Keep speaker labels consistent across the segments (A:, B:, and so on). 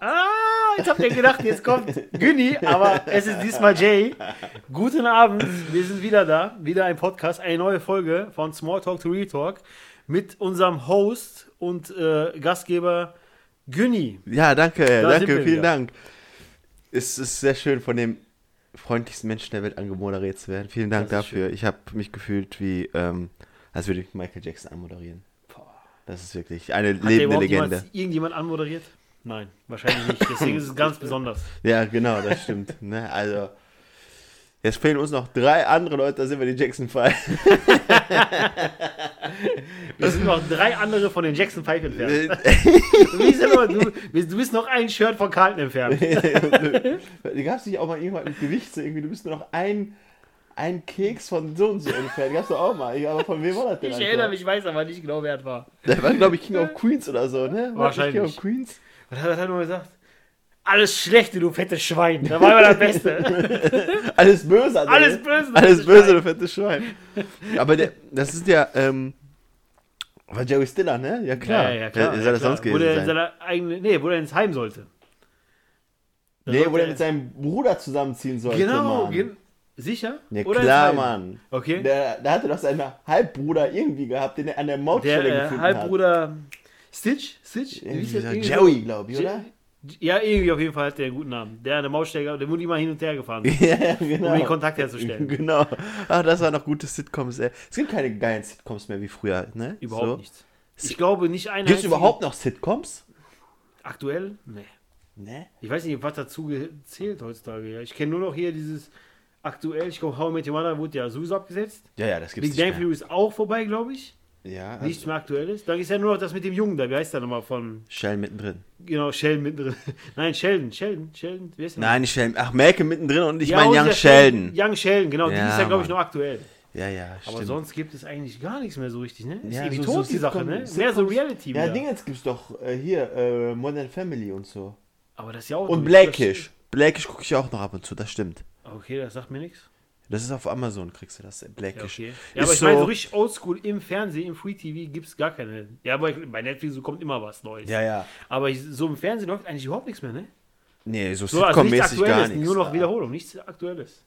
A: Ah, Jetzt habt ihr gedacht, jetzt kommt Günni, aber es ist diesmal Jay. Guten Abend, wir sind wieder da. Wieder ein Podcast, eine neue Folge von Small Talk to Real Talk mit unserem Host und äh, Gastgeber Günni.
B: Ja, danke,
A: Da sind wir
B: danke,
A: wieder.
B: vielen Dank. Es ist sehr schön, von dem freundlichsten Menschen der Welt angemoderiert zu werden. Vielen Dank
A: Das ist
B: dafür. Ich habe mich gefühlt wie, ähm, als würde ich Michael Jackson anmoderieren. Das ist wirklich eine
A: Hat der
B: lebende
A: überhaupt
B: Legende.
A: jemals irgendjemand anmoderiert? Nein, wahrscheinlich nicht. Deswegen ist es ganz besonders.
B: Ja, genau, das stimmt. ne? Also, jetzt fehlen uns noch drei andere Leute, da sind wir die Jackson 5.
A: Wir sind noch drei andere von den Jackson Five entfernt. Wie sind wir, du, du bist noch ein Shirt von Carlton entfernt.
B: Gab es nicht auch mal irgendwann mit Gewicht so irgendwie, du bist nur noch ein, ein Keks von so und so entfernt. Gab es doch auch mal. Ja, Aber von wem war das denn?
A: Ich
B: Alter?
A: erinnere mich, weiß aber nicht genau, wer es war.
B: Der war, glaube ich, King of Queens oder so, ne? War das nicht King
A: Wahrscheinlich.
B: of Queens?
A: Was hat er nur gesagt? Alles Schlechte, du fettes Schwein. Da war immer das Beste.
B: Alles böse. hat er,
A: Alles
B: ne?
A: böse, du
B: Alles
A: fettes
B: böse,
A: Schwein.
B: du fettes Schwein. Aber der, das ist ja, ähm, war Jerry Stiller, ne? Ja, klar. Wer soll das
A: klar.
B: sonst gewesen
A: Wurde er in
B: sein?
A: seiner eigenen, nee, wo er ins Heim sollte. Da
B: Nee,
A: sollte
B: wo er mit seinem Bruder zusammenziehen sollte.
A: Genau,
B: Mann.
A: gen sicher?
B: Ja,
A: Oder ins
B: klar,
A: Heim?
B: Mann.
A: Okay. Der,
B: Der, der hatte doch seinen Halbbruder irgendwie gehabt, den er an der Mautstelle
A: äh,
B: gefunden
A: Halbbruder Stitch? Stitch?
B: hat.
A: Wie hieß der? Irgendwie
B: Irgendwie so
A: so-
B: Jerry, glaube ich, oder?
A: Ja, irgendwie auf jeden Fall hat der einen guten Namen. Der an der Maussteiger, der wurde immer hin und her gefahren,
B: ja,
A: um den
B: genau.
A: Kontakt herzustellen.
B: Genau. Ach, das waren noch gute Sitcoms, ey. Es gibt keine geilen Sitcoms mehr wie früher, ne?
A: Überhaupt
B: so.
A: nichts. Ich glaube nicht einer.
B: Gibt es
A: einzigen-
B: überhaupt noch Sitcoms?
A: Aktuell? Nee.
B: Ne?
A: Ich weiß nicht, was dazu zählt heutzutage. Ja. Ich kenne nur noch hier dieses aktuell, ich glaube, How I Met Your Mother wurde ja sowieso abgesetzt.
B: Ja, ja, das gibt's
A: Big Bang
B: nicht mehr. Also.
A: Theory ist auch vorbei, glaube ich.
B: Ja,
A: Nichts mehr aktuell ist. Dann ist ja nur noch das mit dem Jungen da. Wie heißt der nochmal von,
B: Sheldon mittendrin.
A: genau, Sheldon mittendrin. Nein, Sheldon, Sheldon, Sheldon. Wie heißt der
B: Nein, nicht Sheldon. Ach, Malcolm mittendrin und ich
A: Ja, und
B: meine Young
A: der
B: Sheldon.
A: Young Sheldon, genau. die
B: Ja,
A: ist ja, glaube ich,
B: Mann.
A: noch aktuell.
B: Ja, ja,
A: Aber
B: stimmt.
A: sonst gibt es eigentlich gar nichts mehr so richtig, ne? Ist
B: Ja,
A: irgendwie
B: so-
A: tot,
B: so
A: die Sache, ne?
B: Sitcoms-
A: Mehr so Reality.
B: ja,
A: wieder.
B: Dingens gibt's doch äh, hier, äh, Modern Family und so.
A: Aber das ist ja auch.
B: Und
A: durch, das
B: Blackish. Blackish gucke ich auch noch ab und zu, das stimmt.
A: stimmt. Okay, das sagt mir nichts.
B: Das ist auf Amazon, kriegst du das, äh,
A: Ja,
B: Blackish.
A: okay.
B: Ist
A: ja aber ich meine, so
B: so-
A: richtig oldschool im Fernsehen, im Free TV gibt es gar keine. Ja, aber ich- bei Netflix so kommt immer was Neues.
B: Ja, ja.
A: Aber ich, so im Fernsehen läuft eigentlich überhaupt nichts mehr, ne?
B: Nee, so,
A: So, also nichts
B: Sitcom-mäßig gar
A: Aktuelles,
B: nichts.
A: nur noch
B: wieder.
A: Wiederholung, nichts Aktuelles.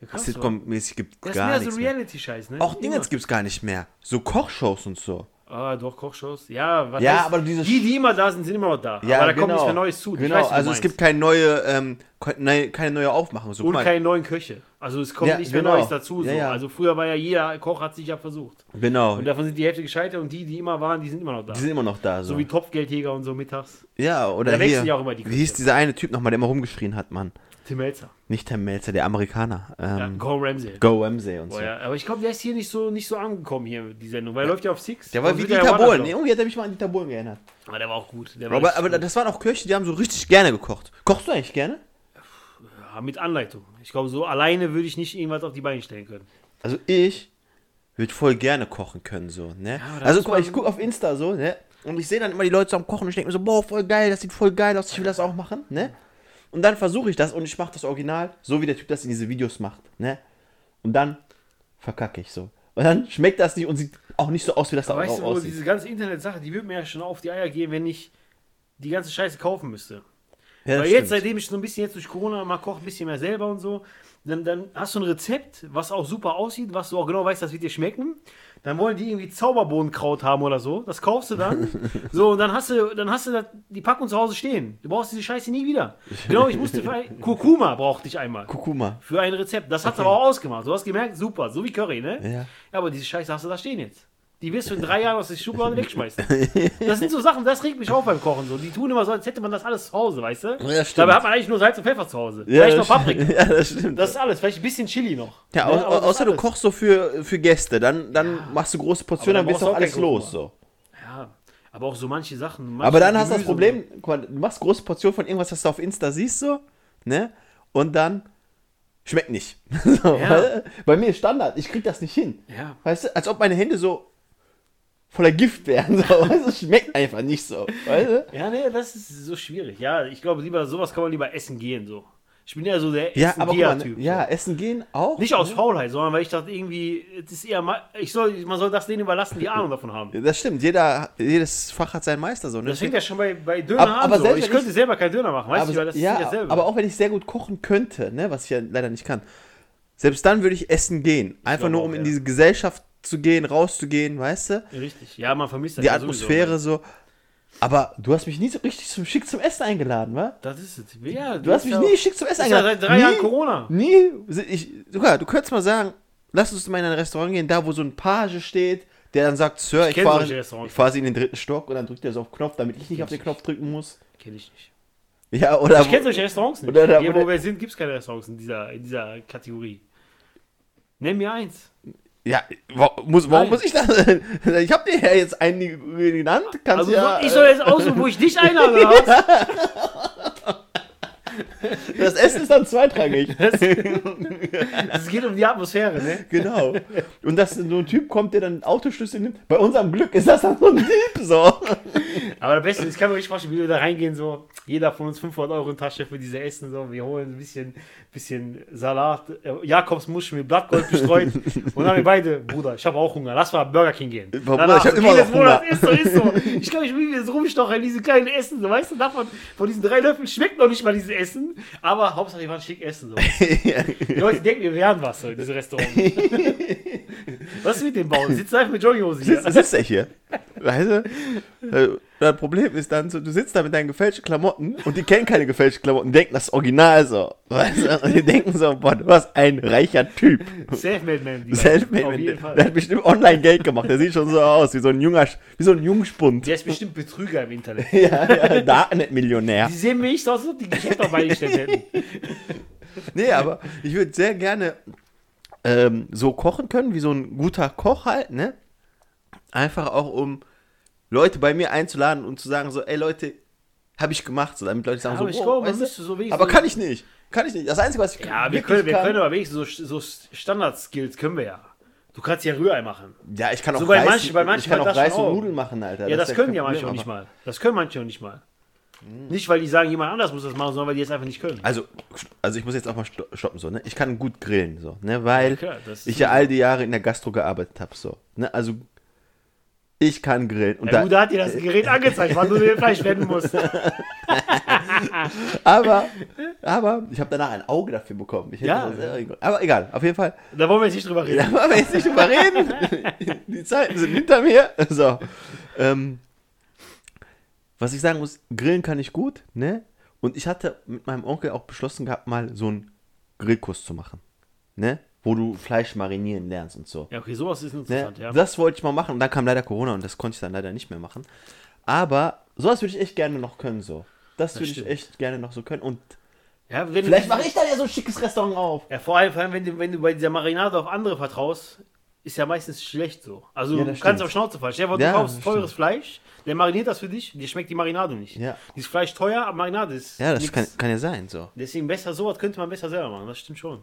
A: Ja, krass, oder?
B: Sitcom-mäßig gibt
A: Das ist
B: gar
A: mehr
B: nichts
A: so
B: mehr.
A: Reality-Scheiß, ne?
B: Auch
A: Immer.
B: Dingens gibt's gar nicht mehr. So Kochshows und so.
A: Ah, doch, Kochshows. Ja, was
B: Ja,
A: heißt,
B: aber diese-
A: Die, die immer da sind, sind immer noch da. aber da kommt nichts mehr Neues zu. Ich
B: Genau,
A: weiß, was du
B: also es
A: meinst.
B: gibt keine neue, ähm, ke- ne- keine neue Aufmachung. So, guck
A: Und
B: mal.
A: keine neuen Köche. Also es kommt
B: Ja,
A: nichts mehr
B: genau.
A: Neues dazu. So.
B: Ja, ja.
A: Also früher war ja jeder Koch hat sich ja versucht.
B: Genau,
A: Und davon sind die Hälfte gescheitert und die, die immer waren, die sind immer noch da.
B: die sind immer noch da. So,
A: So wie Topfgeldjäger und so mittags.
B: ja, oder
A: Da wechseln
B: hier.
A: ja auch immer die
B: wie hieß
A: Köche.
B: dieser eine Typ nochmal, der immer rumgeschrien hat, Mann?
A: Tim Melzer.
B: Nicht Herr Melzer, der Amerikaner.
A: Ja,
B: Ähm,
A: Gordon Ramsay.
B: Go Ramsay und so.
A: Boah, ja. Aber ich glaube, der ist hier nicht so, nicht so angekommen, hier, die Sendung. Weil er läuft ja auf Six.
B: Der war
A: Und
B: wie
A: wird
B: die
A: ja woanders
B: Tabolen.
A: laufen.
B: Irgendwie hat er mich mal an die Tabolen geändert.
A: Aber der war auch gut. Der war
B: Aber,
A: richtig
B: aber das waren auch Köche, die haben so richtig gerne gekocht. Kochst du eigentlich gerne?
A: gut. Ja, ah, mit Anleitung. Ich glaube, so alleine würde ich nicht irgendwas auf die Beine stellen können.
B: Also ich würde voll gerne kochen können, so, ne?
A: aber da
B: also
A: muss
B: guck mal,
A: man-
B: ich gucke auf Insta so, ne? Und ich sehe dann immer die Leute so am Kochen und ich denke mir so, boah, voll geil, das sieht voll geil aus, ich will das auch machen, ne? Und dann versuche ich das und ich mache das Original, so wie der Typ das in diese Videos macht, ne? Und dann verkacke ich so. Und dann schmeckt das nicht und sieht auch nicht so aus, wie das da
A: Weißt
B: auch
A: du, wo
B: aussieht.
A: diese ganze Internetsache, die würde mir ja schon auf die Eier gehen, wenn ich die ganze Scheiße kaufen müsste.
B: Ja, das
A: Weil jetzt,
B: stimmt.
A: seitdem ich so ein bisschen jetzt durch Corona mal koche, ein bisschen mehr selber und so, dann, dann hast du ein Rezept, was auch super aussieht, was du auch genau weißt, das wird dir schmecken. Dann wollen die irgendwie Zauberbohnenkraut haben oder so. Das kaufst du dann. so, und dann hast du, dann hast du das, die Packung zu Hause stehen. Du brauchst diese Scheiße nie wieder. Genau, ich musste für ein, Kurkuma brauchte ich einmal.
B: Kurkuma.
A: Für ein Rezept. Das hat's aber auch ausgemacht. Du hast gemerkt, super, so wie Curry, ne?
B: Ja.
A: Ja, aber diese Scheiße hast du da stehen jetzt. Die wirst du in drei Jahren aus der Schublade wegschmeißen. Das sind so Sachen, das regt mich auf beim Kochen. So. Die tun immer so, als hätte man das alles zu Hause, weißt du?
B: das stimmt.
A: Dabei hat man eigentlich nur Salz und Pfeffer zu Hause.
B: Ja,
A: vielleicht noch
B: das
A: Paprika.
B: stimmt. Ja, das stimmt.
A: Das ist alles. Vielleicht ein bisschen Chili noch.
B: ja,
A: Ne,
B: au
A: aber das
B: außer
A: ist
B: du
A: alles.
B: kochst so für, für Gäste, dann, dann machst du große Portionen,
A: Aber
B: dann
A: dann
B: wirst
A: brauchst
B: du
A: du auch
B: auch alles
A: kein
B: los. So.
A: Ja, aber auch so manche Sachen. Manche
B: Aber dann hast du das
A: Gemüse-
B: Problem, guck mal, du machst große Portionen von irgendwas, was du auf Insta siehst, so, ne? Und dann schmeckt nicht. So,
A: Ja.
B: weil- Bei mir ist Standard, ich krieg das nicht hin.
A: Ja.
B: Weißt du, als ob meine Hände so voller Gift wären. So. Weißt du, es schmeckt einfach nicht so. Weißt du?
A: ne, Ja, nee, das ist so schwierig. Ja, ich glaube, lieber sowas kann man lieber essen gehen. So. Ich Ich bin ja so der
B: Ja, aber guck mal,
A: Essen-Geher-Typ.
B: ne? ja, essen gehen auch.
A: Nicht aus Faulheit, sondern weil ich dachte irgendwie, es ist eher, ma- ich soll, man soll das denen überlassen, die Ahnung davon haben.
B: Das stimmt, jeder, jedes Fach hat seinen Meister so. Ne?
A: Das fängt ja schon bei, bei Döner
B: Aber-
A: an.
B: aber
A: so.
B: selbst
A: Ich
B: wenn
A: könnte
B: ich-
A: selber keinen Döner machen, weißt du, weil
B: aber,
A: das
B: ja,
A: ist ja selber.
B: aber auch wenn ich sehr gut kochen könnte, ne, was ich ja leider nicht kann, selbst dann würde ich essen gehen. Einfach
A: glaube
B: nur,
A: auch,
B: um in
A: ja.
B: diese Gesellschaft zu gehen, rauszugehen, weißt du?
A: Richtig. Ja, man vermisst das
B: Die
A: ja ne.
B: Atmosphäre so. Aber du hast mich nie so richtig zum Schick zum Essen eingeladen, wa?
A: Sowieso. Das ist es. Ja,
B: Du hast mich nie schick zum Essen
A: Ist ja
B: eingeladen.
A: seit drei
B: nie,
A: Jahren Corona.
B: Nie. Ich, sogar, du könntest mal sagen, lass uns mal in ein Restaurant gehen, da wo so ein Page steht, der dann sagt, Sir, ich,
A: kenn
B: fahre
A: solche Restaurants.
B: ich fahre Sie in den dritten Stock und dann drückt er so auf Knopf, damit ich nicht auf den Knopf drücken muss.
A: Kenne ich nicht.
B: Ja, oder
A: Ich kenne solche Restaurants nicht.
B: Oder da-
A: Hier,
B: oder-
A: wo wir sind, gibt es keine Restaurants in dieser, in dieser Kategorie. Nenn mir eins.
B: Ja, wa- muss,
A: Nein.
B: warum muss ich das? Ich hab dir ja jetzt einen genannt. Kannst
A: Also
B: also ja,
A: so, ich soll jetzt aussuchen, wo ich dich einlade. oder was?
B: das Essen ist dann zweitrangig.
A: Es geht um die Atmosphäre, ne?
B: genau. Und dass so ein Typ kommt, der dann einen Autoschlüssel nimmt. Bei unserem Glück ist das dann so ein Typ so.
A: Aber am besten, ich kann mir richtig vorstellen, wie wir da reingehen, so, jeder von uns 500 Euro in Tasche für diese Essen, so, wir holen ein bisschen, bisschen Salat, äh, Jakobsmuschel mit Blattgold bestreut und dann haben wir beide, Bruder, ich habe auch Hunger, lass mal Burger King gehen.
B: Bruder, ich hab immer
A: jedes
B: noch Hunger.
A: Monat Ist so, ist so. Ich kann mich wie wir jetzt rumstochen in diese kleinen Essen, so, weißt du, davon, von diesen drei Löffeln schmeckt noch nicht mal dieses Essen, aber Hauptsache, wir waren schick essen, so. Die Leute denken, wir wären was, so, in diesem Restaurant. was ist mit dem Bauen? Sitzt einfach mit Jogginghosen hier.
B: Sitzt, sitzt er hier. Weißt du? Äh, Das Problem ist dann so, du sitzt da mit deinen gefälschten Klamotten und die kennen keine gefälschten Klamotten, denken das ist Original so. Weißt du? Und die denken so, boah, du warst ein reicher Typ.
A: Selfmade Man. die
B: Selfmade,
A: Leute. Auf jeden
B: Der
A: Fall.
B: hat bestimmt online Geld gemacht. Der sieht schon so aus, wie so ein junger, Sch- wie so ein Jungspund.
A: Der ist bestimmt Betrüger im Internet.
B: ja, ja, Darknet-Millionär.
A: Die sehen mir nicht so aus, als ob die Geschäft auf meine gestellt hätten.
B: Nee, aber ich würde sehr gerne ähm, so kochen können, wie so ein guter Koch halt, ne? Einfach auch, um Leute bei mir einzuladen und zu sagen so, ey Leute, habe ich gemacht, so damit Leute sagen
A: aber
B: so,
A: ich glaube, man
B: weißt du,
A: müsste so wenigstens-
B: aber kann ich nicht, kann ich nicht. Das Einzige, was ich
A: Ja, wir
B: wirklich
A: können, wir
B: kann-
A: können aber wenigstens so, so Standard-Skills können wir ja. Du kannst ja Rührei machen.
B: ja, ich kann auch
A: so bei
B: Reis,
A: manchen- bei
B: ich
A: manchen
B: kann
A: halt
B: auch
A: das schon
B: Reis und
A: auch.
B: Nudeln machen, Alter.
A: Ja, das,
B: ist
A: können
B: kein
A: ja manche
B: Problem,
A: auch nicht
B: aber- Hm.
A: mal. Das können manche auch nicht mal. Nicht, weil die sagen, jemand anders muss das machen, sondern weil die es einfach nicht können.
B: Also, also ich muss jetzt auch mal sto- stoppen, so, ne? Ich kann gut grillen, so, ne? Weil
A: klar, das ist
B: ich ja all die Jahre in der Gastro gearbeitet habe, so. Ne? Also, ich kann grillen. Und
A: Der
B: da,
A: Bruder hat dir das Gerät angezeigt, wann du dir Fleisch wenden musst.
B: aber, aber ich habe danach ein Auge dafür bekommen. Ich hätte
A: Ja.
B: das selber hinge- aber egal, auf jeden Fall.
A: Da wollen wir jetzt nicht drüber reden.
B: Da wollen wir jetzt nicht drüber reden. Die Zeiten sind hinter mir. So. Ähm, was ich sagen muss, grillen kann ich gut, ne? Und ich hatte mit meinem Onkel auch beschlossen gehabt, mal so einen Grillkurs zu machen. Ne? Wo du Fleisch marinieren lernst und so.
A: Ja, okay, sowas ist
B: Ne?
A: interessant, ja.
B: Das wollte ich mal machen und dann kam leider Corona und das konnte ich dann leider nicht mehr machen. Aber sowas würde ich echt gerne noch können, so. Das, würde ich
A: stimmt.
B: echt gerne noch so können und
A: ja wenn
B: vielleicht mache ich dann ja so ein schickes Restaurant auf.
A: Ja, vor allem, vor allem wenn, du, wenn du bei dieser Marinade auf andere vertraust, ist ja meistens schlecht so. Also
B: Ja,
A: du
B: das
A: kannst
B: stimmt.
A: auf Schnauze fallen. Stell dir vor, du
B: Ja,
A: kaufst
B: das
A: teures Fleisch, der mariniert das für dich, dir schmeckt die Marinade nicht.
B: Ja.
A: Dieses Fleisch teuer, aber Marinade ist
B: Ja, das
A: nix.
B: kann, kann ja sein, so.
A: Deswegen besser sowas könnte man besser selber machen, das stimmt schon.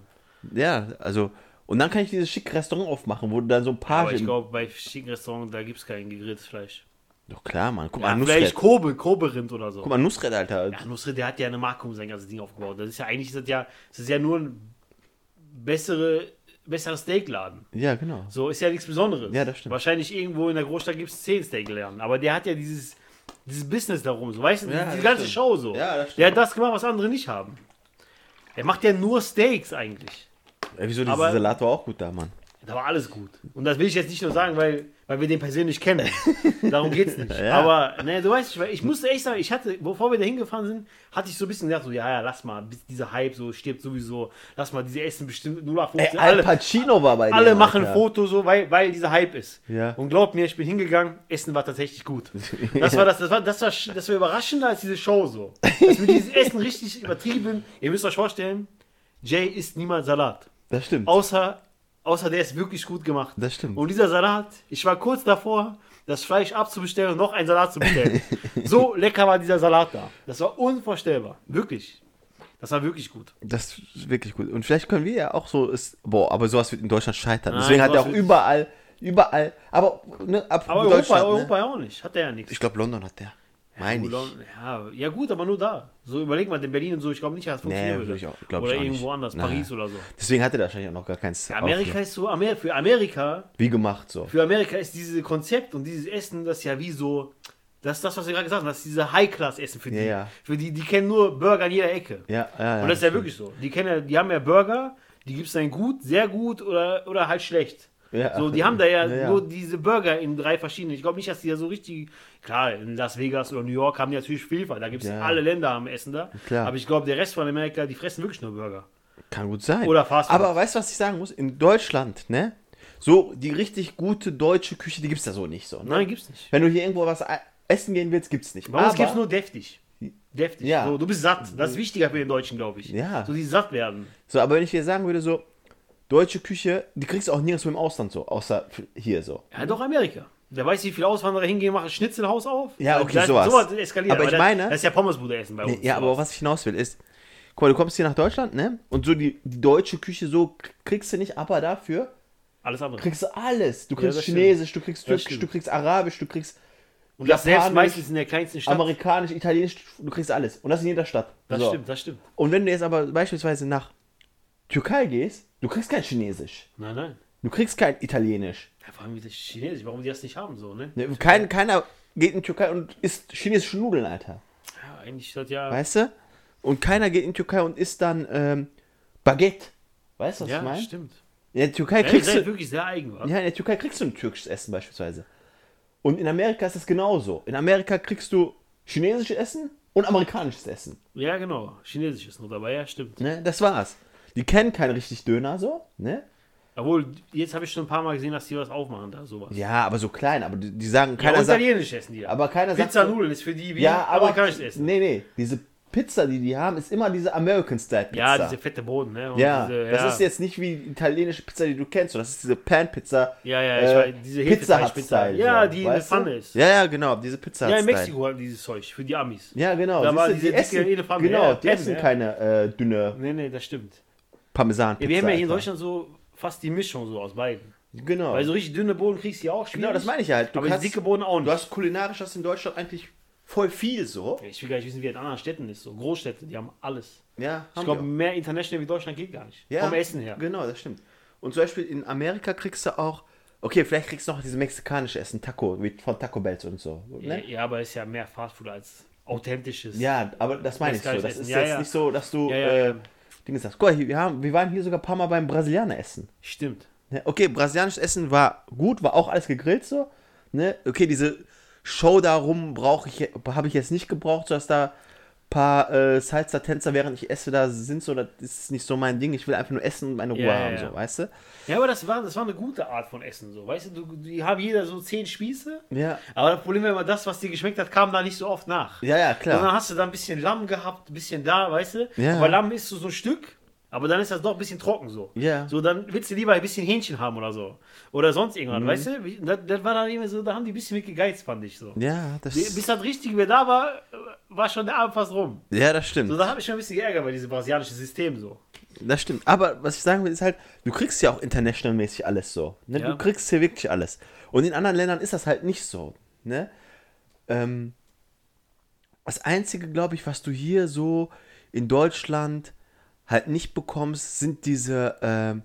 B: Ja, also. Und dann kann ich dieses schicke Restaurant aufmachen, wo du dann so ein paar.
A: Aber ich glaube, bei schicken Restaurants, da gibt es kein gegrilltes Fleisch.
B: Doch klar, Mann. Guck
A: Ja,
B: mal,
A: vielleicht
B: Nussred.
A: Kobe, Kobe-Rind oder so.
B: Guck mal, Nussred, Alter.
A: Ja, Nusret, der hat ja eine Marke um sein ganzes Ding aufgebaut. Das ist ja eigentlich, ist das ja, das ist ja nur ein bessere, besserer Steakladen.
B: Ja, genau.
A: So ist ja nichts Besonderes.
B: Ja, das stimmt.
A: Wahrscheinlich irgendwo in der Großstadt gibt es 10 Steakläden. Aber der hat ja dieses, dieses Business darum, so weißt du,
B: Ja,
A: diese
B: das
A: ganze
B: stimmt.
A: Show so.
B: Ja, das stimmt.
A: der hat das gemacht, was andere nicht haben. Er macht ja nur Steaks eigentlich.
B: Ey, wieso dieses
A: Aber-
B: Salat war auch gut da, Mann?
A: Da war alles gut. Und das will ich jetzt nicht nur sagen, weil, weil wir den persönlich kennen. Darum geht's nicht.
B: Ja.
A: Aber ne, du weißt, ich, weil ich musste echt sagen, ich hatte, bevor wir da hingefahren sind, hatte ich so ein bisschen gedacht, so, ja, ja, lass mal, bis dieser Hype so stirbt sowieso, lass mal diese Essen bestimmt 0815.
B: Ey, Al Pacino war bei
A: Alle
B: dem,
A: machen ein
B: Alter.
A: Foto so, weil, weil dieser Hype ist.
B: Ja.
A: Und glaub mir, ich bin hingegangen, Essen war tatsächlich gut. Das war das, das war, das war, sch- das war überraschender als diese Show so. Dass wir dieses Essen richtig übertrieben. Ihr müsst euch vorstellen, Jay isst niemals Salat.
B: Das stimmt.
A: Außer, außer der ist wirklich gut gemacht.
B: Das stimmt.
A: Und dieser Salat, ich war kurz davor, das Fleisch abzubestellen und noch einen Salat zu bestellen. so lecker war dieser Salat da. Das war unvorstellbar. Wirklich. Das war wirklich gut.
B: Das ist wirklich gut. Und vielleicht können wir ja auch so. Ist, boah, aber sowas wird in Deutschland scheitern.
A: Nein,
B: Deswegen hat er
A: sowas
B: auch
A: wird-
B: überall. Überall. Aber, ne, ab
A: Aber Europa,
B: Deutschland, ne?
A: Europa ja auch nicht. Hat er ja nichts.
B: Ich glaube, London hat der. Meine ich.
A: Ulan- Ja, ja, gut, aber nur da. So überleg mal, in Berlin und so, ich glaube nicht, dass es
B: Nee,
A: funktioniert.
B: würde ich auch- glaub ich
A: oder
B: auch nicht.
A: irgendwo anders,
B: Nein.
A: Paris oder so.
B: Deswegen hatte der wahrscheinlich auch noch gar keins.
A: Amerika
B: aufgenommen.
A: ist so, Amer für Amerika,
B: Wie gemacht so.
A: für Amerika ist dieses Konzept und dieses Essen, das ist ja wie so, das ist das, was wir gerade gesagt haben, das ist diese High-Class-Essen für die.
B: Ja, ja.
A: Für die, die kennen nur Burger an jeder Ecke.
B: Ja, ja, ja.
A: Und das ist ja wirklich so. Die kennen ja, die haben ja Burger, die gibt es dann gut, sehr gut oder, oder halt schlecht.
B: Ja.
A: So, die haben da ja,
B: Ja, ja.
A: nur diese Burger in drei verschiedenen. Ich glaube nicht, dass die da so richtig. Klar, in Las Vegas oder New York haben die natürlich Vielfalt. Da gibt es
B: Ja.
A: alle Länder am Essen da.
B: Klar.
A: Aber ich glaube, der Rest von Amerika, die fressen wirklich nur Burger.
B: Kann gut sein.
A: Oder Fast Food.
B: Aber weißt du, was ich sagen muss? In Deutschland, ne? So, die richtig gute deutsche Küche, die gibt's da so nicht so. Ne?
A: Nein, gibt's nicht.
B: Wenn du hier irgendwo was e- essen gehen willst, gibt's nicht.
A: Bei uns
B: Aber-
A: gibt es nur deftig. Deftig.
B: Ja.
A: So, du bist satt. Das ist wichtiger für den Deutschen, glaube ich.
B: Ja.
A: So, die satt werden.
B: So, aber wenn ich dir sagen würde, so, deutsche Küche, die kriegst du auch nirgendwo im Ausland so, außer f- hier so.
A: Ja, doch Amerika. Wer weiß, wie viele Auswanderer hingehen, machen Schnitzelhaus auf.
B: Ja, okay,
A: das,
B: sowas.
A: Sowas eskaliert.
B: Aber ich
A: das,
B: meine-
A: Das ist ja Pommesbude essen bei uns.
B: Ja, aber
A: sowas.
B: was ich hinaus will, ist, guck mal, du kommst hier nach Deutschland, ne? Und so die, die deutsche Küche, so k- kriegst du nicht, aber dafür
A: Alles andere.
B: kriegst du alles. Du kriegst
A: das stimmt.
B: Chinesisch, du kriegst
A: Das
B: Türkisch, du
A: stimmt.
B: kriegst Arabisch, du kriegst
A: Und das selbst
B: Japanisch,
A: meistens in der kleinsten Stadt.
B: Amerikanisch, Italienisch, du kriegst alles. Und das in jeder Stadt.
A: das
B: So.
A: stimmt, das stimmt.
B: Und wenn du jetzt aber beispielsweise nach Türkei gehst, du kriegst kein Chinesisch,
A: Nein, nein.
B: du kriegst kein Italienisch.
A: Ja, vor allem mit Chinesisch, warum die das nicht haben, so, ne?
B: Ne, Kein, keiner geht in Türkei und isst chinesische Nudeln, Alter.
A: Ja, eigentlich ist das ja.
B: Weißt du? Und keiner geht in Türkei und isst dann ähm, Baguette. Weißt du, was
A: ja,
B: ich meine?
A: stimmt.
B: In der Türkei
A: Ja, ihr
B: kriegst
A: seid
B: du.
A: wirklich sehr eigen, wa?
B: Ja, in der Türkei kriegst du ein türkisches Essen beispielsweise. Und in Amerika ist das genauso. In Amerika kriegst du chinesisches Essen und amerikanisches Essen.
A: Ja, genau. Chinesisch ist nur dabei, ja, stimmt.
B: Ne? Das war's. Die kennen keinen richtig Döner so, ne?
A: Obwohl, jetzt habe ich schon ein paar Mal gesehen, dass die was aufmachen, da sowas.
B: Ja, aber so klein, aber die, die
A: Ja,
B: sagen, keiner
A: und
B: sagt.
A: Italienisch essen die. da.
B: Aber keiner sagt
A: Pizza
B: so-
A: Nudeln ist für die wie
B: Ja, aber.
A: amerikanisches Essen.
B: Nee, nee. Diese Pizza, die die haben, ist immer diese American-Style-Pizza.
A: Ja, diese fette Boden, ne? Und
B: Ja,
A: diese,
B: das ist jetzt nicht wie die italienische Pizza, die du kennst. So, das ist diese Pan-Pizza.
A: Ja, ja, ich weiß, diese
B: Pizza
A: Hefeteig-Pizza.
B: Hut-Style.
A: Ja,
B: so,
A: die in der
B: weißt du?
A: Pfanne ist.
B: Ja, ja, genau, diese Pizza
A: Ja, in
B: Hut-Style.
A: Mexiko hatten dieses Zeug für die Amis.
B: Ja, genau.
A: Da
B: siehst
A: war
B: du,
A: diese
B: die
A: dicke
B: essen,
A: Elefante,
B: Genau,
A: ja,
B: die
A: Penne,
B: essen
A: ja.
B: keine äh, dünne
A: Nee, nee, das stimmt.
B: Parmesan-Pizza.
A: Ja, wir haben ja hier in
B: Alter.
A: Deutschland so fast die Mischung so aus beiden.
B: Genau.
A: Weil so richtig dünne Boden kriegst du ja auch schwierig.
B: genau, das meine ich ja halt.
A: aber die dicke Boden auch nicht.
B: du hast kulinarisch hast in Deutschland eigentlich voll viel so.
A: Ich will gar nicht wissen, wie das in anderen Städten ist. So Großstädte, die haben alles.
B: Ja,
A: Ich
B: haben
A: glaube,
B: wir
A: mehr international wie Deutschland geht gar nicht.
B: auch. ja,
A: Vom Essen her.
B: Genau, das stimmt. Und zum Beispiel in Amerika kriegst du auch. Okay, vielleicht kriegst du noch dieses mexikanische Essen, Taco, wie von Taco Bells und so. Ne?
A: Ja, aber ist ja mehr Fastfood als authentisches.
B: Ja, aber das meine ich so.
A: Mexikanisches
B: Das
A: Essen,
B: ist
A: ja,
B: jetzt
A: ja.
B: nicht so, dass du
A: Ja, ja,
B: äh,
A: ja.
B: Dinge sagst. Guck mal, hier, wir, haben, wir waren hier sogar ein paar Mal beim Brasilianer essen.
A: Stimmt.
B: Ne? Okay, brasilianisches Essen war gut, war auch alles gegrillt so. Ne? Okay, diese Show darum brauche ich, habe ich jetzt nicht gebraucht, so dass da ein paar äh, Salsa-Tänzer, während ich esse, da sind so, das ist nicht so mein Ding. Ich will einfach nur essen und meine Ruhe
A: Ja, ja,
B: haben,
A: ja.
B: so, weißt du?
A: Ja, aber das war, das war eine gute Art von Essen. So. Weißt du, du, die haben jeder so zehn Spieße.
B: Ja.
A: Aber das Problem war immer, das, was dir geschmeckt hat, kam da nicht so oft nach.
B: Ja, ja,
A: Und dann
B: klar.
A: hast du da ein bisschen Lamm gehabt, ein bisschen da, weißt du?
B: Ja.
A: Aber Lamm isst du so ein Stück, aber dann ist das doch ein bisschen trocken so.
B: Ja.
A: So, dann willst du lieber ein bisschen Hähnchen haben oder so. Oder sonst
B: Mhm.
A: irgendwas, weißt du? Wie- Das, das war dann irgendwie so, da haben die ein bisschen mit gegeizt, fand ich so.
B: Ja, das,
A: Bis das Richtige wieder da war, war schon der Abend fast rum.
B: ja, das stimmt.
A: So, da habe ich schon ein bisschen geärgert bei diesem brasilianischen System so.
B: Das stimmt. Aber was ich sagen will, ist halt, du kriegst ja auch internationalmäßig alles so. Ne?
A: Ja.
B: Du kriegst hier wirklich alles. Und in anderen Ländern ist das halt nicht so. Ne? Ähm, das Einzige, glaube ich, was du hier so in Deutschland halt nicht bekommst, sind diese, ähm,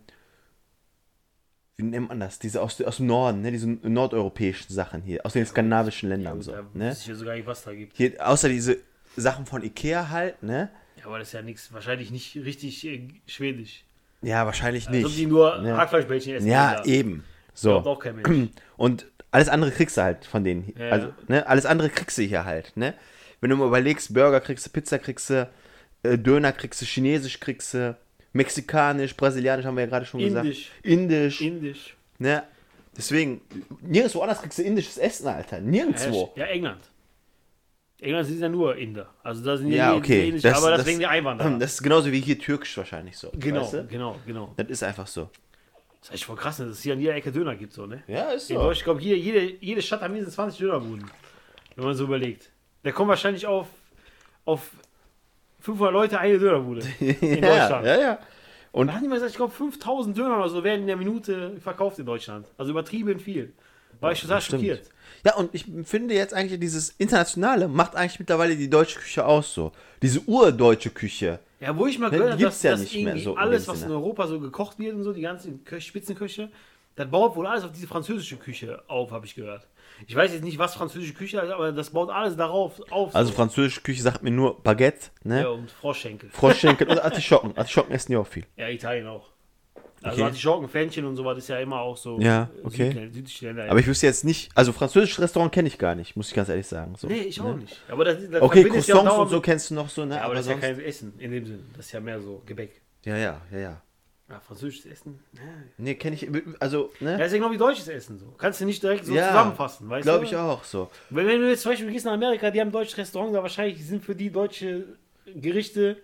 B: wie nennt man das, diese aus, aus dem Norden, ne? diese nordeuropäischen Sachen hier, aus den skandinavischen Ländern so.
A: da
B: Ne?
A: weiß ich ja sogar nicht, was da gibt.
B: Hier, außer diese Sachen von Ikea halt, ne?
A: Ja, aber das ist ja nichts, wahrscheinlich nicht richtig äh, schwedisch.
B: Ja, wahrscheinlich nicht.
A: Also die nur
B: ne?
A: Hackfleischbällchen essen.
B: Ja, eh.
A: eben.
B: eben. So.
A: Glaubt auch kein Mensch.
B: Und alles andere kriegst du halt von denen.
A: Ja.
B: Also, ne, alles andere kriegst du hier halt, ne? Wenn du mal überlegst, Burger kriegst du, Pizza kriegst du, äh, Döner kriegst du, Chinesisch kriegst du, Mexikanisch, Brasilianisch haben wir ja gerade schon
A: Indisch.
B: gesagt. Indisch.
A: Indisch.
B: ne? Deswegen, nirgendwo anders kriegst du indisches Essen, Alter. Nirgendwo.
A: Ja, England. England sind ja nur Inder. Also da sind
B: Ja,
A: die- die
B: okay.
A: ähnlich, aber das wegen der Einwanderer.
B: Das ist genauso wie hier Türkisch wahrscheinlich so.
A: genau,
B: Weißt du?
A: genau, genau.
B: Das ist einfach so.
A: Das ist echt voll krass, ne, dass es hier an jeder Ecke Döner gibt, so, ne?
B: Ja, ist
A: In
B: so.
A: Deutschland, ich glaube, jede, jede, jede Stadt hat mindestens 20 Dönerbuden. Wenn man so überlegt. Da kommen wahrscheinlich auf, auf 500 Leute eine Dönerbude. In
B: ja,
A: Deutschland.
B: ja, ja.
A: Und da haben die mal gesagt, ich glaube, 5000 Döner oder so werden in der Minute verkauft in Deutschland. Also übertrieben viel. War ich total
B: stimmt.
A: schockiert.
B: Ja, und ich finde jetzt eigentlich, dieses Internationale macht eigentlich mittlerweile die deutsche Küche aus so. Diese urdeutsche Küche.
A: Ja, wo ich mal
B: Das
A: gehört habe,
B: gibt's
A: dass,
B: ja
A: dass
B: nicht
A: irgendwie
B: mehr so in
A: alles,
B: dem
A: was in
B: Sinne.
A: Europa so gekocht wird und so, die ganzen Kö- Spitzenköche, das baut wohl alles auf diese französische Küche auf, habe ich gehört. Ich weiß jetzt nicht, was französische Küche ist, aber das baut alles darauf auf.
B: Also
A: so.
B: französische Küche sagt mir nur Baguette, ne?
A: ja, und Froschschenkel.
B: Froschschenkel und Artischocken. Artischocken essen ja auch viel.
A: Ja, Italien auch. Also
B: Okay.
A: Artischocken, Fännchen und sowas ist ja immer auch so
B: Ja,
A: äh,
B: okay.
A: Südlä- Südländer.
B: Aber ich wüsste jetzt nicht, also französisches Restaurant kenne ich gar nicht, muss ich ganz ehrlich sagen. So.
A: nee, ich auch nicht. Aber das, das
B: Okay,
A: verbindet ja auch
B: Croissants und
A: dauernd-
B: so kennst du noch so, ne?
A: Ja, aber, das ist ja
B: sonst-
A: kein Essen in dem Sinne. Das ist ja mehr so Gebäck.
B: ja, ja, ja, ja. Ah,
A: Ja, französisches Essen. Ja,
B: Nee, kenne ich, also, ne?
A: das ist ja genau wie deutsches Essen so. Kannst du nicht direkt so
B: Ja,
A: zusammenfassen, weißt
B: Glaube
A: du?
B: ich auch so.
A: Wenn, wenn du jetzt zum Beispiel gehst nach Amerika, die haben deutsche Restaurants, aber wahrscheinlich sind für die deutsche Gerichte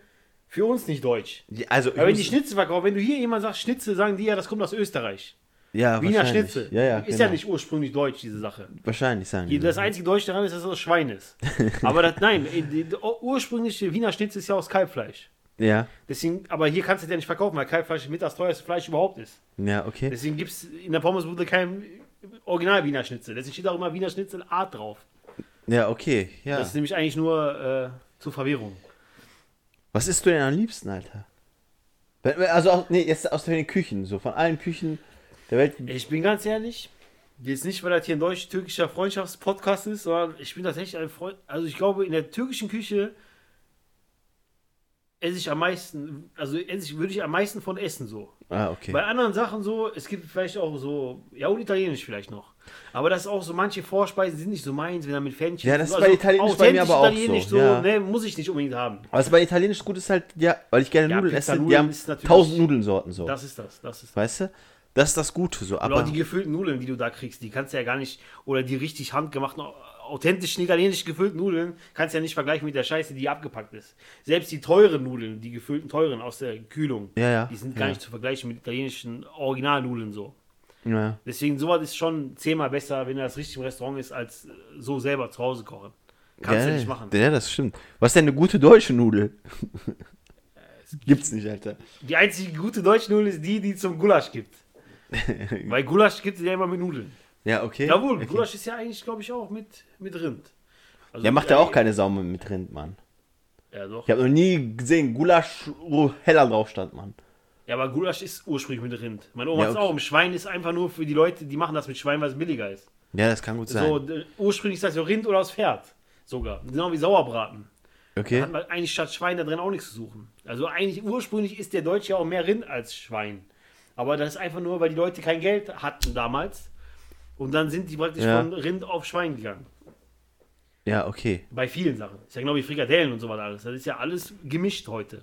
A: für uns nicht deutsch.
B: Ja, Also, ich
A: Aber wenn die
B: muss-
A: Schnitzel verkaufen, wenn du hier jemand sagt Schnitzel, sagen die ja, das kommt aus Österreich.
B: ja,
A: Wiener
B: wahrscheinlich.
A: Schnitzel.
B: Ja, ja,
A: ist ja
B: genau.
A: nicht ursprünglich deutsch, diese Sache.
B: Wahrscheinlich sagen
A: Die-
B: die.
A: Das einzige Deutsche daran ist, dass es aus Schwein ist. Aber das, nein, die- die ursprüngliche Wiener Schnitzel ist ja aus Kalbfleisch.
B: Ja,
A: Deswegen, aber hier kannst du das ja nicht verkaufen, weil Kalbfleisch mit das teuerste Fleisch überhaupt ist.
B: ja, okay.
A: Deswegen gibt es in der Pommesbude kein Original Wiener Schnitzel. Deswegen steht auch immer Wiener Schnitzel Art drauf.
B: Ja, okay, ja.
A: Das ist nämlich eigentlich nur äh, zur Verwirrung.
B: Was isst du denn am liebsten, Alter? Wenn- wenn- Also, aus- nee, jetzt aus den Küchen, so von allen Küchen der Welt.
A: Ich bin ganz ehrlich, jetzt nicht, weil das hier ein deutsch-türkischer Freundschaftspodcast ist, sondern ich bin tatsächlich ein Freund. Also ich glaube, in der türkischen Küche esse ich am meisten, also esse ich, würde ich am meisten von essen so.
B: Ah, okay.
A: Bei anderen Sachen so, es gibt vielleicht auch so, ja und italienisch vielleicht noch. Aber das ist auch so, manche Vorspeisen sind nicht so meins, wenn dann mit Fännchen.
B: Ja, das ist bei Italienisch bei
A: authentisch
B: mir aber auch so,
A: italienisch
B: ja.
A: ne, muss ich nicht unbedingt haben.
B: Was bei Italienisch gut ist halt, ja, weil ich gerne
A: Ja,
B: Nudeln
A: Pizza,
B: esse, die
A: Nudeln
B: haben
A: ist natürlich-
B: tausend Nudelsorten so.
A: Das ist das, das ist das.
B: weißt du? Das ist das Gute so.
A: Oder
B: Aber
A: auch die gefüllten Nudeln, die du da kriegst, die kannst du ja gar nicht, oder die richtig handgemachten, authentischen italienisch gefüllten Nudeln, kannst du ja nicht vergleichen mit der Scheiße, die abgepackt ist. Selbst die teuren Nudeln, die gefüllten teuren aus der Kühlung,
B: Ja, ja.
A: die sind gar
B: Ja.
A: nicht zu vergleichen mit italienischen Originalnudeln so.
B: ja,
A: Deswegen, sowas ist schon zehnmal besser, wenn das richtig im Restaurant ist, als äh, so selber zu Hause kochen. Kannst
B: ja,
A: du nicht machen.
B: Ja, das stimmt. Was ist denn eine gute deutsche Nudel? Gibt's nicht, Alter.
A: Die einzige gute deutsche Nudel ist die, die es zum Gulasch gibt. Weil Gulasch gibt es ja immer mit Nudeln.
B: Ja, okay.
A: Jawohl,
B: okay.
A: Gulasch ist ja eigentlich, glaube ich, auch mit, mit Rind. Also,
B: Ja, macht ja auch
A: äh,
B: keine Sau mit Rind, Mann.
A: Ja, doch.
B: Ich habe noch nie gesehen, Gulasch, wo heller drauf stand, Mann.
A: Ja, aber Gulasch ist ursprünglich mit Rind. Meine Oma
B: Ja,
A: ist
B: okay.
A: auch im Schwein, ist einfach nur für die Leute, die machen das mit Schwein, weil es billiger ist.
B: Ja, das kann gut sein.
A: So, d- ursprünglich ist das ja Rind oder aus Pferd. Sogar. Genau wie Sauerbraten.
B: okay.
A: Hat man eigentlich statt Schwein da drin auch nichts zu suchen. Also eigentlich ursprünglich ist der Deutsche ja auch mehr Rind als Schwein. Aber das ist einfach nur, weil die Leute kein Geld hatten damals. Und dann sind die praktisch
B: Ja.
A: von Rind auf Schwein gegangen.
B: Ja, okay.
A: Bei vielen Sachen. Ist ja genau wie Frikadellen und sowas alles. Das ist ja alles gemischt heute.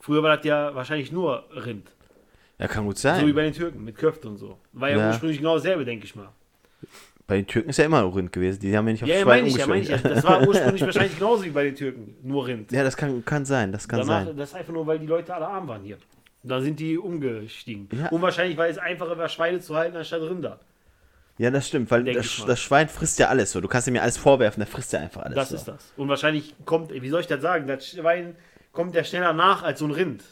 A: Früher war das ja wahrscheinlich nur Rind.
B: Ja, kann gut
A: So wie
B: sein.
A: bei den Türken mit Köfte und so. War ja,
B: Ja.
A: ursprünglich genau dasselbe, denke ich mal.
B: Bei den Türken ist ja immer Rind gewesen. Die haben ja nicht auf
A: Ja, ja,
B: Schwein
A: meine ich ja, meine ich ja.
B: umgestellt.
A: Das war ursprünglich wahrscheinlich genauso wie bei den Türken. Nur Rind.
B: Ja, das kann, kann sein, das kann
A: Danach,
B: sein.
A: das ist einfach nur, weil die Leute alle arm waren hier. Da sind die umgestiegen.
B: Ja.
A: Und wahrscheinlich, weil es einfacher war, Schweine zu halten anstatt Rinder.
B: Ja, das stimmt, weil
A: Denke
B: das,
A: ich mal.
B: das Schwein frisst ja alles so. Du kannst ihm ja alles vorwerfen, der frisst ja einfach alles.
A: Das
B: so.
A: ist das. Und wahrscheinlich kommt, wie soll ich das sagen, das Schwein kommt ja schneller nach als so ein Rind.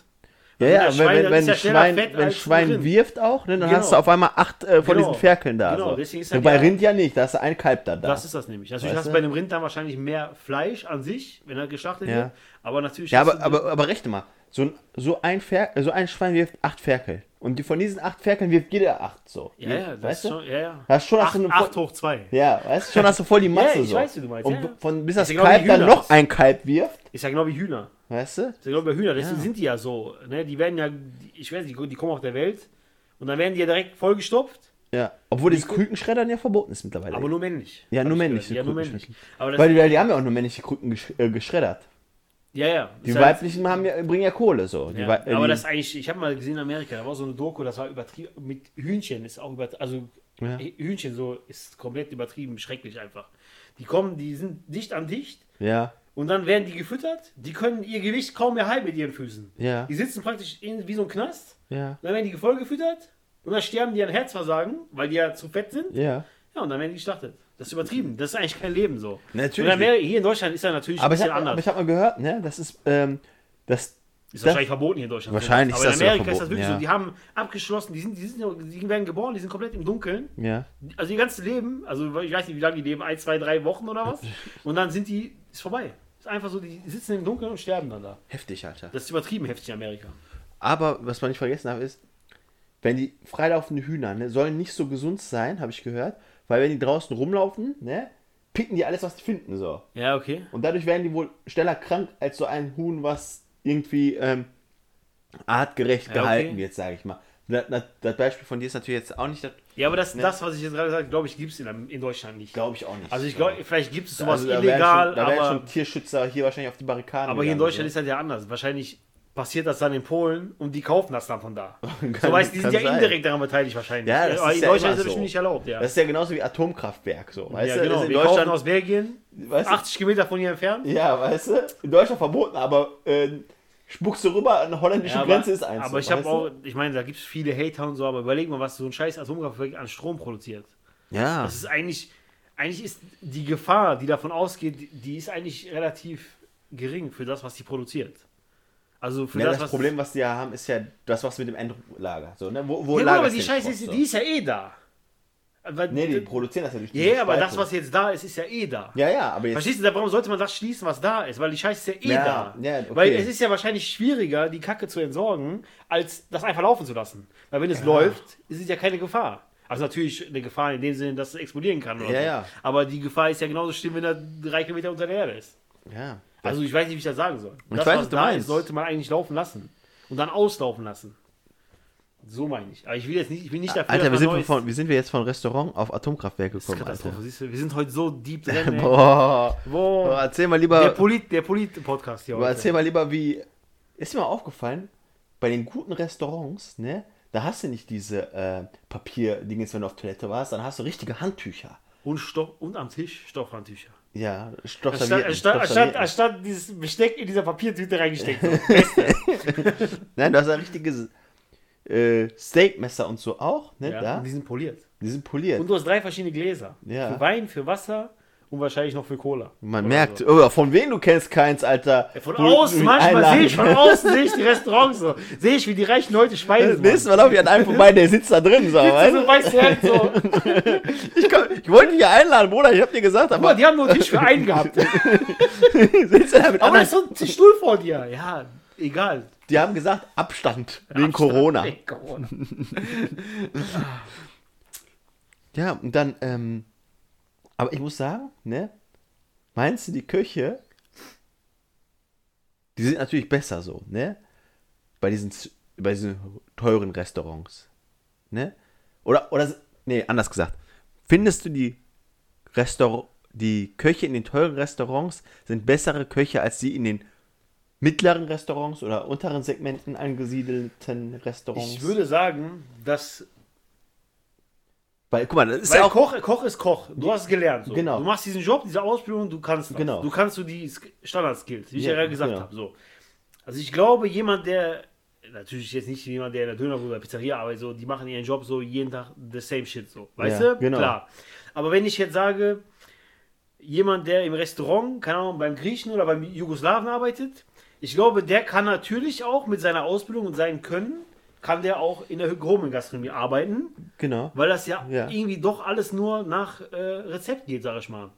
B: Ja,
A: Weil
B: ja,
A: das
B: wenn,
A: Also Schwein,
B: wenn,
A: das
B: wenn
A: ist ja schneller
B: Schwein,
A: fett
B: wenn
A: als Rind.
B: Schwein wirft auch, ne, dann
A: Genau.
B: hast du auf einmal acht äh, von
A: Genau.
B: diesen Ferkeln da.
A: Genau,
B: so.
A: deswegen ist
B: Und
A: das
B: bei
A: ja-
B: Rind ja nicht, da hast du ein Kalb da. da.
A: Das ist das nämlich. Natürlich
B: Weißt
A: hast du
B: du?
A: bei einem Rind dann wahrscheinlich mehr Fleisch an sich, wenn er geschlachtet
B: Ja.
A: wird. Aber natürlich
B: ja,
A: hast
B: aber,
A: du-
B: aber, aber rechne mal. So ein, so, ein Fer so ein Schwein wirft acht Ferkel. Und die, von diesen acht Ferkeln wirft jeder acht. So.
A: ja, ja, das
B: weißt
A: ist
B: du?
A: schon, ja, ja.
B: Hast schon hast
A: Acht,
B: du eine
A: acht hoch zwei.
B: Ja, weißt du, schon hast du voll die Masse
A: Ja, ich
B: so.
A: weiß, wie du meinst,
B: Und
A: ja, ja.
B: von, bis
A: Ist
B: das
A: ja genau wie
B: Kalb dann
A: Hühner.
B: noch ein Kalb wirft,
A: Ist ja genau wie Hüner.
B: weißt du?
A: Ist ja genau wie bei Hühner. Deswegen
B: Ja.
A: sind die ja so. Ne? Die werden ja, ich weiß nicht, die kommen auf der Welt und dann werden die ja direkt vollgestopft,
B: Ja. Obwohl das Kükenschreddern ja verboten ist mittlerweile.
A: aber nur männlich.
B: Äh, Ja,
A: Hab
B: nur
A: ich
B: männlich,
A: gehört. Ja, nur
B: so
A: männlich. Aber das,
B: weil die, weil die haben ja auch nur männliche Krücken gesch äh, geschreddert.
A: ja, ja.
B: Die
A: Ist ja-
B: weiblichen haben ja, bringen ja Kohle so. Die
A: Ja,
B: Wei- äh,
A: aber
B: die,
A: das ist eigentlich, ich habe mal gesehen in Amerika, da war so eine Doku, das war übertrieben, mit Hühnchen ist auch übertrieben, also
B: Ja.
A: Hühnchen so ist komplett übertrieben, schrecklich einfach. Die kommen, die sind dicht an dicht
B: ja.
A: und dann werden die gefüttert, die können ihr Gewicht kaum mehr halten mit ihren Füßen.
B: Ja.
A: Die sitzen praktisch in, wie so ein Knast,
B: Ja.
A: dann werden die voll gefüttert und dann sterben die an Herzversagen, weil die ja zu fett sind.
B: Ja.
A: Ja, und dann werden die geschlachtet. Das ist übertrieben, das ist eigentlich kein Leben so.
B: Natürlich.
A: Und in Amerika, hier in Deutschland ist das natürlich
B: Aber
A: ein
B: ich
A: bisschen
B: habe
A: anders.
B: hab mal gehört, ne, das ist, ähm, dass
A: Ist wahrscheinlich verboten hier in Deutschland.
B: Wahrscheinlich
A: Aber
B: ist das
A: in
B: sogar
A: Amerika ist das wirklich
B: verboten, ja.
A: so. Die haben abgeschlossen, die, sind, die, sind, die werden geboren, die sind komplett im Dunkeln.
B: Ja.
A: Also ihr ganzes Leben, also ich weiß nicht, wie lange die leben, ein, zwei, drei Wochen oder was. Und dann sind die, ist vorbei. Ist einfach so, die sitzen im Dunkeln und sterben dann da.
B: Heftig, Alter.
A: Das ist übertrieben heftig in Amerika.
B: Aber was man nicht vergessen darf, ist, wenn die freilaufenden Hühner ne, sollen nicht so gesund sein, habe ich gehört, weil wenn die draußen rumlaufen, ne, picken die alles, was die finden. So.
A: Ja, okay.
B: Und dadurch werden die wohl schneller krank als so ein Huhn, was irgendwie ähm, artgerecht
A: okay.
B: gehalten wird, sage ich mal. Das, das, das Beispiel von dir ist natürlich jetzt auch nicht das.
A: Ja, aber das, das was ich jetzt gerade sage, glaube ich, gibt es in, in Deutschland nicht.
B: Glaube ich auch nicht.
A: also ich glaube, vielleicht gibt es sowas
B: Also da wären
A: illegal,
B: schon, da wären
A: aber,
B: schon Tierschützer hier wahrscheinlich auf die Barrikaden.
A: aber hier in Deutschland ist das ja anders. Wahrscheinlich passiert das dann in Polen und die kaufen das dann von da. so weißt du, die
B: kann
A: sind ja
B: sein.
A: indirekt daran beteiligt wahrscheinlich.
B: Ja, das
A: aber
B: ist
A: in
B: ja
A: Deutschland
B: immer
A: ist das
B: so.
A: bestimmt nicht erlaubt, ja.
B: Das ist ja genauso wie Atomkraftwerk. So. Weißt
A: ja,
B: du,
A: genau.
B: ist in
A: Wir kaufen
B: Deutschland
A: aus Belgien,
B: weißt du-
A: 80 Kilometer von hier entfernt.
B: Ja, weißt du? In Deutschland verboten, aber äh, spuckst du rüber an der holländischen
A: Ja,
B: Grenze ist eins.
A: aber ich
B: weißt
A: habe
B: du?
A: auch, ich meine, da gibt es viele Hater und so, aber überleg mal, was so ein scheiß Atomkraftwerk an Strom produziert.
B: Ja.
A: Das ist eigentlich, eigentlich ist die Gefahr, die davon ausgeht, die- die ist eigentlich relativ gering für das, was die produziert. Also für
B: Ja,
A: das,
B: das,
A: was
B: Problem, was die ja haben, ist ja das, was mit dem Endlager. So, ne? Wo, wo
A: Ja, gut,
B: lagerst
A: aber
B: du
A: die
B: den
A: Scheiße
B: Schrott,
A: ist,
B: so?
A: die ist ja eh da. Weil-
B: Nee, die produzieren das ja durch die
A: ja, aber das, was jetzt da ist, ist ja eh da.
B: Ja, ja, aber jetzt.
A: Verstehst du, warum sollte man das schließen, was da ist? Weil die Scheiße ist ja eh
B: Ja,
A: da.
B: ja, okay.
A: Weil es ist ja wahrscheinlich schwieriger, die Kacke zu entsorgen, als das einfach laufen zu lassen. Weil wenn es läuft, ist es ja keine Gefahr. Also natürlich eine Gefahr in dem Sinne, dass es explodieren kann. Oder
B: Ja,
A: so.
B: ja.
A: Aber die Gefahr ist ja genauso schlimm, wenn er drei Kilometer unter der Erde ist.
B: Ja.
A: Also ich weiß nicht, wie ich das sagen soll.
B: Ich
A: das,
B: weiß,
A: was
B: was du
A: da ist,
B: meinst.
A: sollte man eigentlich laufen lassen. Und dann auslaufen lassen. So meine ich. Aber ich will jetzt nicht, ich bin nicht dafür,
B: Alter, wir
A: dass
B: sind,
A: man
B: wir
A: neues-
B: von, wie sind wir jetzt von Restaurant auf Atomkraftwerk
A: Das ist
B: gekommen,
A: Katastrophe,
B: Alter?
A: siehst du? Wir sind heute so deep drin. ey.
B: Boah. Boah,
A: Boah.
B: Erzähl mal
A: Der
B: lieber,
A: Polit- der Polit-Podcast hier
B: aber
A: heute.
B: erzähl mal lieber, wie. Ist mir mal aufgefallen, bei den guten Restaurants, ne, da hast du nicht diese äh, Papierdingens, wenn du auf Toilette warst, dann hast du richtige Handtücher.
A: Und, Stoff, und am Tisch Stoffhandtücher.
B: Ja, Stoff
A: Anstatt, anstatt, anstatt, anstatt dieses Besteck in dieser Papiertüte reingesteckt. So. Beste.
B: Nein, du hast ein richtiges äh, Steakmesser und so auch, ne?
A: ja,
B: da.
A: Und die sind poliert.
B: Die sind poliert.
A: Und du hast drei verschiedene Gläser.
B: Ja.
A: Für Wein, für Wasser und wahrscheinlich noch für Cola.
B: Man
A: Oder
B: merkt,
A: so.
B: oh, von wem du kennst keins, Alter.
A: Von
B: Wo-
A: außen,
B: wo-
A: manchmal
B: Einlagen.
A: sehe ich von außen, sehe ich die Restaurants so. Sehe ich, wie die reichen Leute
B: Das
A: speisen.
B: nächste Mal laufe ich an einem vorbei, der sitzt da drin, so,
A: Mann.
B: weißt
A: so
B: du?
A: weißt du halt so.
B: Ich, komm, ich wollte dich ja einladen, Bruder, ich hab dir gesagt,
A: Guck mal,
B: aber
A: die haben nur einen Tisch für einen gehabt.
B: sitzt er da mit
A: Aber da
B: anderen.
A: ist so ein Stuhl vor dir. Ja, egal.
B: Die haben gesagt, Abstand, wegen Corona.
A: Ey, Corona.
B: Ja, und dann, ähm, aber ich muss sagen, ne? Meinst du, die Köche, die sind natürlich besser so, ne? Bei diesen, z- bei diesen teuren Restaurants, ne? Oder, oder, s- nee, anders gesagt. Findest du die Restaur die Köche in den teuren Restaurants sind bessere Köche als die in den mittleren Restaurants oder unteren Segmenten angesiedelten Restaurants?
A: Ich würde sagen, dass
B: Weil, guck mal, das ist
A: Weil
B: ja auch,
A: Koch, Koch ist Koch. Du hast es gelernt. So.
B: Genau.
A: Du machst diesen Job, diese Ausbildung, du kannst das.
B: Genau.
A: Du kannst so die Sk- Standard-Skills, wie ich ja,
B: Ja,
A: gerade gesagt
B: genau.
A: habe. So. Also ich glaube, jemand, der, natürlich jetzt nicht jemand, der in der Dönerbude oder Pizzeria arbeitet, so, die machen ihren Job so jeden Tag the same shit. So. Weißt
B: Ja,
A: du?
B: genau.
A: Klar. Aber wenn ich jetzt sage, jemand, der im Restaurant, keine Ahnung, beim Griechen oder beim Jugoslawen arbeitet, ich glaube, der kann natürlich auch mit seiner Ausbildung und seinem Können, kann der auch in der gehobenen Gastronomie arbeiten.
B: genau.
A: Weil das ja,
B: Ja.
A: irgendwie doch alles nur nach äh, Rezept geht, sag ich mal.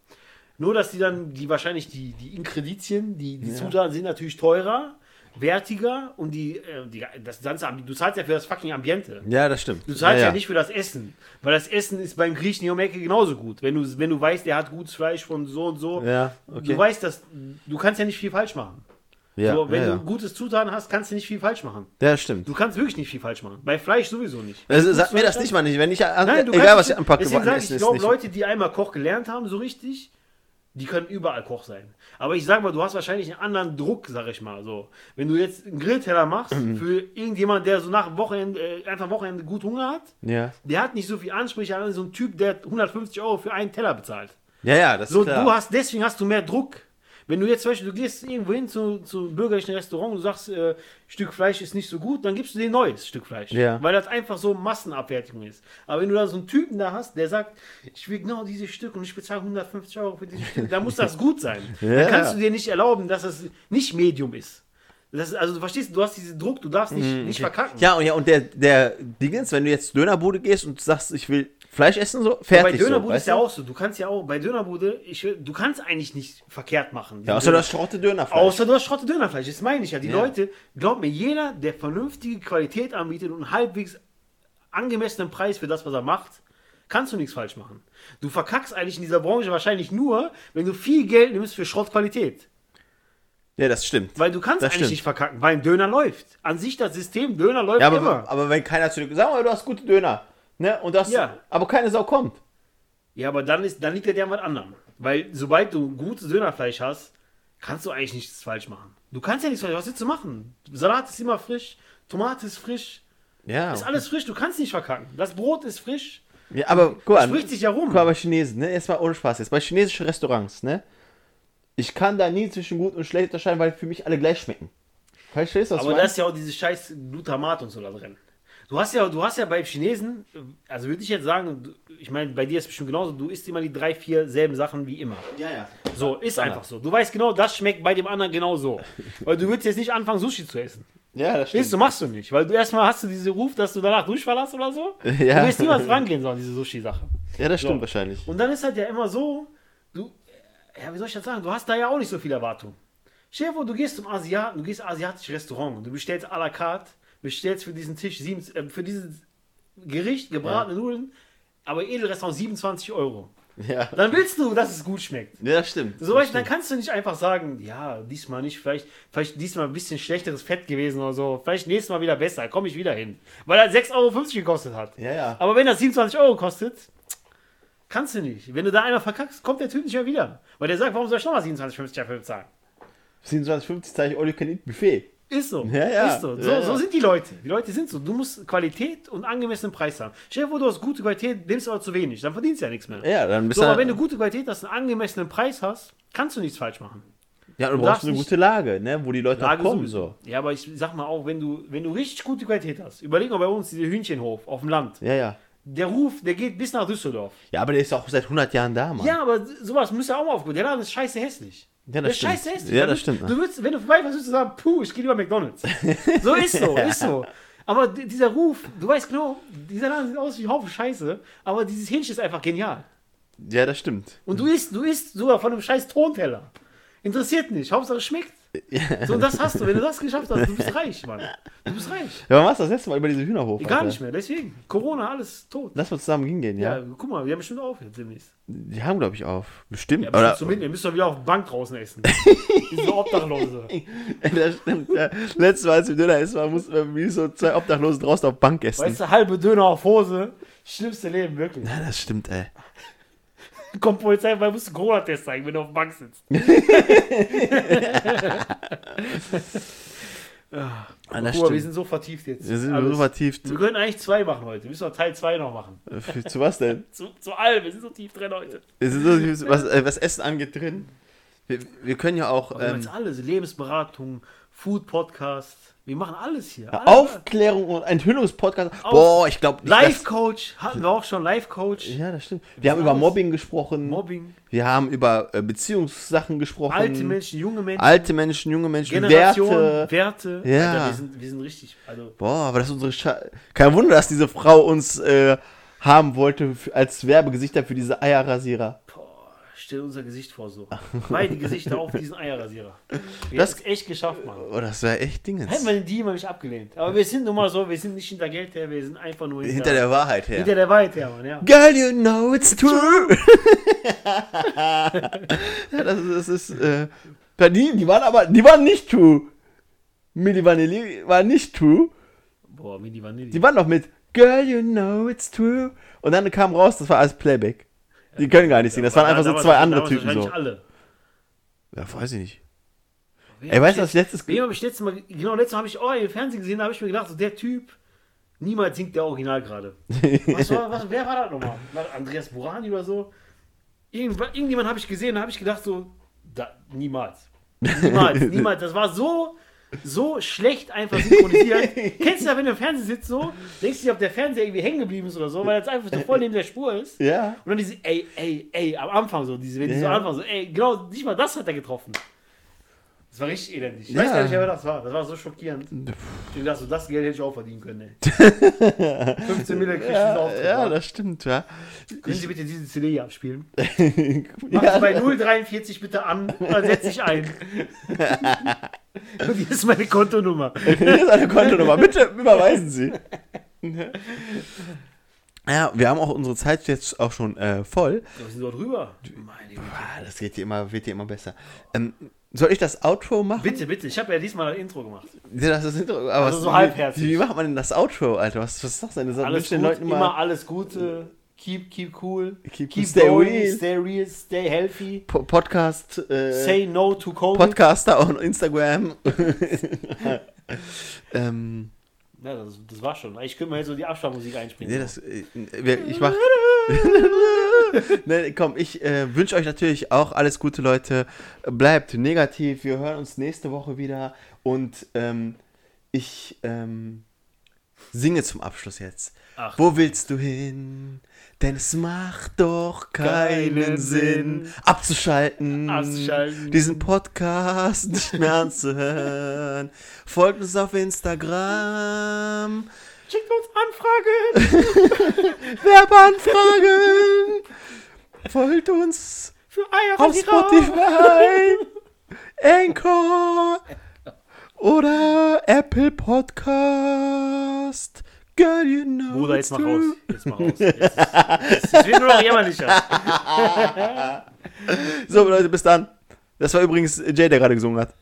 A: Nur, dass die dann, die wahrscheinlich die, die Inkreditien, die, die Zutaten sind natürlich teurer, wertiger und die, äh, die das ganze, Ambi- du zahlst ja für das fucking Ambiente.
B: Ja, das stimmt.
A: Du zahlst ja, nicht für das Essen, weil das Essen ist beim Griechen hier um die Ecke genauso gut. Wenn du, wenn du weißt, der hat gutes Fleisch von so und so,
B: Ja, okay.
A: du weißt, dass du kannst ja nicht viel falsch machen.
B: Ja,
A: so, wenn
B: ja,
A: du gutes Zutaten hast, kannst du nicht viel falsch machen.
B: ja. ja stimmt.
A: Du kannst wirklich nicht viel falsch machen. Bei Fleisch sowieso nicht.
B: Also, sag mir das nicht mal nicht, wenn ich
A: Nein, du
B: egal
A: kannst
B: was
A: nicht-
B: ich anpacke,
A: deswegen
B: woanders
A: sag ich, ich
B: ist
A: glaube,
B: nicht-
A: Leute, die einmal Koch gelernt haben, so richtig, die können überall Koch sein. Aber ich sag mal, du hast wahrscheinlich einen anderen Druck, sag ich mal so. Wenn du jetzt einen Grillteller machst
B: Mhm.
A: für irgendjemand, der so nach dem Wochenende, äh, einfach Wochenende gut Hunger hat,
B: Ja.
A: der hat nicht so viel Ansprüche an so einen Typ, der 150 Euro für einen Teller bezahlt.
B: Ja, ja, das
A: So,
B: ist klar.
A: du hast, deswegen hast du mehr Druck. Wenn du jetzt zum Beispiel, du gehst irgendwo hin zu, zu einem bürgerlichen Restaurant und du sagst, äh, Stück Fleisch ist nicht so gut, dann gibst du dir ein neues Stück Fleisch.
B: Ja.
A: Weil das einfach so Massenabfertigung ist. Aber wenn du da so einen Typen da hast, der sagt, ich will genau dieses Stück und ich bezahle 150 Euro für dieses Stück, dann muss das gut sein.
B: Ja.
A: Dann kannst du dir nicht erlauben, dass es nicht Medium ist. Das ist, also du verstehst, du hast diesen Druck, du darfst nicht, nicht verkacken.
B: Mm, Ja, und ja, und der, der Dingens, wenn du jetzt Dönerbude gehst und sagst, ich will Fleisch essen, so,
A: bei
B: fertig.
A: Dönerbude
B: so,
A: ist ja auch so. Du kannst ja auch bei Dönerbude, ich, du kannst eigentlich nicht verkehrt machen.
B: Ja, außer das schrotte Dönerfleisch.
A: Außer du hast Schrotte Dönerfleisch, das meine ich ja. Die
B: Ja.
A: Leute, glaub mir, jeder, der vernünftige Qualität anbietet und einen halbwegs angemessenen Preis für das, was er macht, kannst du nichts falsch machen. Du verkackst eigentlich in dieser Branche wahrscheinlich nur, wenn du viel Geld nimmst für Schrottqualität.
B: ja, das stimmt.
A: Weil du kannst
B: Das
A: eigentlich
B: stimmt.
A: nicht verkacken, weil ein Döner läuft. An sich das System, Döner läuft
B: Ja, aber,
A: immer.
B: aber wenn keiner zu dir sag mal, du hast gute Döner, ne? Und das,
A: Ja.
B: aber keine Sau kommt.
A: Ja, aber dann, ist, dann liegt er dir an was anderem. Weil sobald du gutes Dönerfleisch hast, kannst du eigentlich nichts falsch machen. Du kannst ja nichts falsch machen. Was willst du machen? Salat ist immer frisch, Tomate ist frisch.
B: Ja.
A: Ist alles frisch, du kannst nicht verkacken. Das Brot ist frisch.
B: ja aber guck mal,
A: Also, Spricht sich ja rum.
B: guck mal bei Chinesen, ne? Jetzt mal ohne Spaß jetzt. Bei chinesischen Restaurants, ne? Ich kann da nie zwischen gut und schlecht unterscheiden, weil für mich alle gleich schmecken. Verstehst du, was
A: Aber
B: ich meine?
A: da ist ja auch dieses scheiß Glutamat und so da drin. Du hast ja, du hast ja beim Chinesen, also würde ich jetzt sagen, du- ich meine, bei dir ist es bestimmt genauso, du isst immer die drei, vier selben Sachen wie immer.
B: ja, ja.
A: So, ist einfach so. Du weißt genau, das schmeckt bei dem anderen genau so. Weil du willst jetzt nicht anfangen, Sushi zu essen.
B: Ja, das stimmt.
A: Siehst du, machst du nicht. Weil du erstmal hast du diesen Ruf, dass du danach Durchfall hast oder so.
B: Ja.
A: Du wirst niemals rangehen sollen, diese Sushi-Sache.
B: Ja, das stimmt
A: So.
B: wahrscheinlich.
A: Und dann ist halt ja immer so, du, ja, wie soll ich das sagen, du hast da ja auch nicht so viel Erwartung. Stell dir vor, du gehst zum Asiaten, du gehst asiatisches Restaurant und du bestellst à la carte, bestellst für diesen Tisch, sieben, äh, für dieses Gericht gebratene Nudeln, aber Edelrestaurant 27 Euro.
B: Ja.
A: Dann willst du, dass es gut schmeckt.
B: Ja, das stimmt.
A: So weißt, du, dann kannst du nicht einfach sagen, ja, diesmal nicht, vielleicht, vielleicht diesmal ein bisschen schlechteres Fett gewesen oder so, vielleicht nächstes Mal wieder besser, komme ich wieder hin. Weil er 6,50 Euro gekostet hat.
B: Ja, ja.
A: Aber wenn das 27 Euro kostet, kannst du nicht. Wenn du da einmal verkackst, kommt der Typ nicht mehr wieder. Weil der sagt, warum soll ich nochmal 27,50 dafür bezahlen?
B: 27,50 Zeichen All You Can Eat Buffet.
A: Ist so.
B: Ja, ja.
A: Ist so. So,
B: Ja, ja.
A: so sind die Leute. Die Leute sind so. Du musst Qualität und angemessenen Preis haben. Stell dir vor, du hast gute Qualität, nimmst aber zu wenig. Dann verdienst du ja nichts mehr.
B: Ja, dann bist
A: so,
B: du.
A: aber wenn du gute Qualität hast, einen angemessenen Preis hast, kannst du nichts falsch machen.
B: ja, du
A: darfst
B: brauchst eine
A: nicht-
B: gute Lage, ne? Wo die Leute auch kommen,
A: sowieso.
B: so.
A: Ja, aber ich sag mal auch, wenn du, wenn du richtig gute Qualität hast, überleg mal bei uns, dieser Hühnchenhof auf dem Land.
B: Ja, ja.
A: Der Ruf, der geht bis nach Düsseldorf.
B: Ja, aber der ist auch seit 100 Jahren da, Mann.
A: Ja, aber sowas müsst ihr auch mal aufgucken. Der Laden ist scheiße hässlich.
B: Ja, das
A: der ist
B: stimmt.
A: scheiße hässlich.
B: Ja,
A: Dann
B: das
A: würd-
B: stimmt, ne?
A: Du würdest, wenn du vorbeifährst, würdest du sagen, puh, ich gehe lieber McDonalds. so ist so, ist so. Aber d- dieser Ruf, du weißt genau, dieser Laden sieht aus wie ein Haufen Scheiße, aber dieses Hähnchen ist einfach genial.
B: Ja, das stimmt.
A: Und du isst, du isst sogar von einem scheiß Tonteller. Interessiert nicht, Hauptsache es schmeckt. So, und das hast du, wenn du das geschafft hast, du bist reich, Mann. Du bist reich.
B: Ja, wann warst du das letzte Mal über diesen Hühnerhof?
A: Gar
B: Alter?
A: nicht mehr, deswegen. Corona, alles tot.
B: Lass mal zusammen hingehen,
A: Ja,
B: ja?
A: guck mal, wir haben bestimmt auf jetzt demnächst.
B: Die haben, glaube ich, auf. Bestimmt.
A: Ja,
B: Oder?
A: aber zumindest, ihr müsst doch wieder auf der Bank draußen essen. Diese Obdachlose.
B: das stimmt. Ja. Letztes Mal, als wir Döner essen waren, mussten wir wie so zwei Obdachlose draußen auf Bank essen.
A: Weißt du, halbe Döner auf Hose. Schlimmste Leben, wirklich.
B: ja, das stimmt, ey.
A: Kommt Polizei, weil musst du einen Corona-Test zeigen, wenn du auf der Bank sitzt.
B: Ah, das
A: Guck mal, wir
B: stimmt.
A: sind so vertieft jetzt.
B: Wir sind
A: Alles.
B: so vertieft.
A: Wir können eigentlich zwei machen heute. Wir müssen noch Teil 2 noch machen.
B: Für- äh, Zu was denn?
A: Zu, zu allem, wir sind so tief drin heute.
B: Es ist so, was, äh, was Essen angeht drin. Wir, wir können ja auch
A: Wir machen
B: ähm,
A: jetzt alles. Lebensberatung, Food-Podcast. Wir machen alles hier. Alles.
B: Aufklärung und Enthüllungspodcast. Boah, ich glaube.
A: Live-Coach hatten wir auch schon. Live-Coach.
B: Ja, das stimmt. Wir haben über
A: alles.
B: Mobbing gesprochen.
A: Mobbing.
B: Wir haben über äh, Beziehungssachen gesprochen.
A: Alte Menschen, junge Menschen.
B: Alte Menschen, junge Menschen,
A: Generation,
B: Werte.
A: Werte.
B: Ja.
A: Alter, wir, sind, wir sind richtig. Also,
B: Boah, aber das ist unsere Scha Kein Wunder, dass diese Frau uns äh, haben wollte f- als Werbegesichter für diese Eierrasierer.
A: boah, stell unser Gesicht vor so. Beide Gesichter auf diesen Eierrasierer. Wir
B: Das-
A: haben es echt geschafft, Mann.
B: Oh, das wäre echt Dingens.
A: Hätten wir den Deal mal nicht abgelehnt. Aber wir sind nun mal so, wir sind nicht hinter Geld her, wir sind einfach nur hinter,
B: Hinter der Wahrheit her.
A: hinter der Wahrheit her, Mann. Ja.
B: Girl, you know it's true. ja, das ist, das ist äh, ja, die, die waren aber, die waren nicht true. Milli Vanilli war nicht true.
A: Boah, wie die Vanille.
B: Die waren noch mit Girl, you know it's true. Und dann kam raus, das war alles Playback. Die können gar nicht singen. Das waren einfach so
A: Damals-
B: zwei andere
A: damals
B: Typen so.
A: wahrscheinlich Alle.
B: Ja, weiß ich nicht.
A: Wer
B: Ey,
A: hab ich
B: weißt du, was
A: letzt-
B: letztes-
A: Wem habe ich letztes Mal, genau, letztes Mal habe ich, oh, im Fernsehen gesehen, da habe ich mir gedacht, so, der Typ, niemals singt der Original gerade. Was war, was, wer war das nochmal? War das Andreas Burani oder so? Irgend, irgendjemand habe ich gesehen, da habe ich gedacht so, da, niemals. Niemals, niemals. Das war so, so schlecht einfach synchronisiert. Kennst du ja, wenn du im Fernsehen sitzt so, denkst du dir, ob der Fernseher irgendwie hängen geblieben ist oder so, weil das einfach so voll neben der Spur ist.
B: Ja.
A: Und dann diese, ey, ey, ey, am Anfang so, diese, wenn die so
B: Ja.
A: anfangen so, ey, genau, nicht mal das hat er getroffen. Das Das war richtig elendig. Ich
B: Ja.
A: weiß gar nicht, wer das war. Das war so schockierend. Ich dachte, so, das Geld hätte ich auch verdienen können. Ey. 15 Mille kriegst du
B: Ja,
A: auf.
B: ja, das stimmt, ja.
A: Können Sie bitte diese CD hier abspielen? Mach
B: ja.
A: sie bei 043 bitte an, dann setze ich ein. Und hier ist meine Kontonummer.
B: Hier ist eine Kontonummer. Bitte überweisen Sie. Ja, wir haben auch unsere Zeit jetzt auch schon äh, voll.
A: Wir sind dort rüber. Meine Güte.
B: Ah, Das geht hier immer, wird hier immer besser. Ähm, soll ich das Outro machen?
A: Bitte, bitte. Ich habe ja diesmal das Intro gemacht.
B: Ja, Das ist das Intro. Aber
A: Also
B: was-
A: so halbherzig.
B: Wie, wie macht man denn das Outro, Alter? Was, was sagst du denn? Du
A: Alles
B: wünschst
A: gut,
B: den Leuten
A: immer
B: immer
A: alles Gute. Keep, keep cool.
B: Keep cool, stay
A: going,
B: real.
A: stay real, stay healthy.
B: Po- Podcast, äh,
A: Say no to COVID.
B: Podcaster und Instagram. ähm,
A: Ja, das, das war schon. Ich könnte mal jetzt so die Abschlagmusik einspringen.
B: nee, das, äh, wir- ich mach. nee, komm, ich äh, wünsche euch natürlich auch alles Gute, Leute. Bleibt negativ. Wir hören uns nächste Woche wieder. Und ähm, ich ähm, singe zum Abschluss jetzt.
A: Ach.
B: Wo willst du hin? Denn es macht doch keinen,
A: Keinen
B: Sinn,
A: Sinn.
B: abzuschalten,
A: Abzuschalten.
B: diesen Podcast nicht mehr anzuhören. Folgt uns auf Instagram.
A: Schickt uns Anfragen
B: Werbeanfragen. Folgt uns
A: für Eier
B: auf
A: auf Spotify.
B: Spotify, Anchor oder Apple Podcast. Girl, you know
A: Bruder,
B: it's
A: jetzt mach
B: true.
A: raus. Jetzt mach raus. Jetzt ist, jetzt ist wieder nur noch jämmerlicher.
B: So, Leute, bis dann. Das war übrigens Jay, der gerade gesungen hat.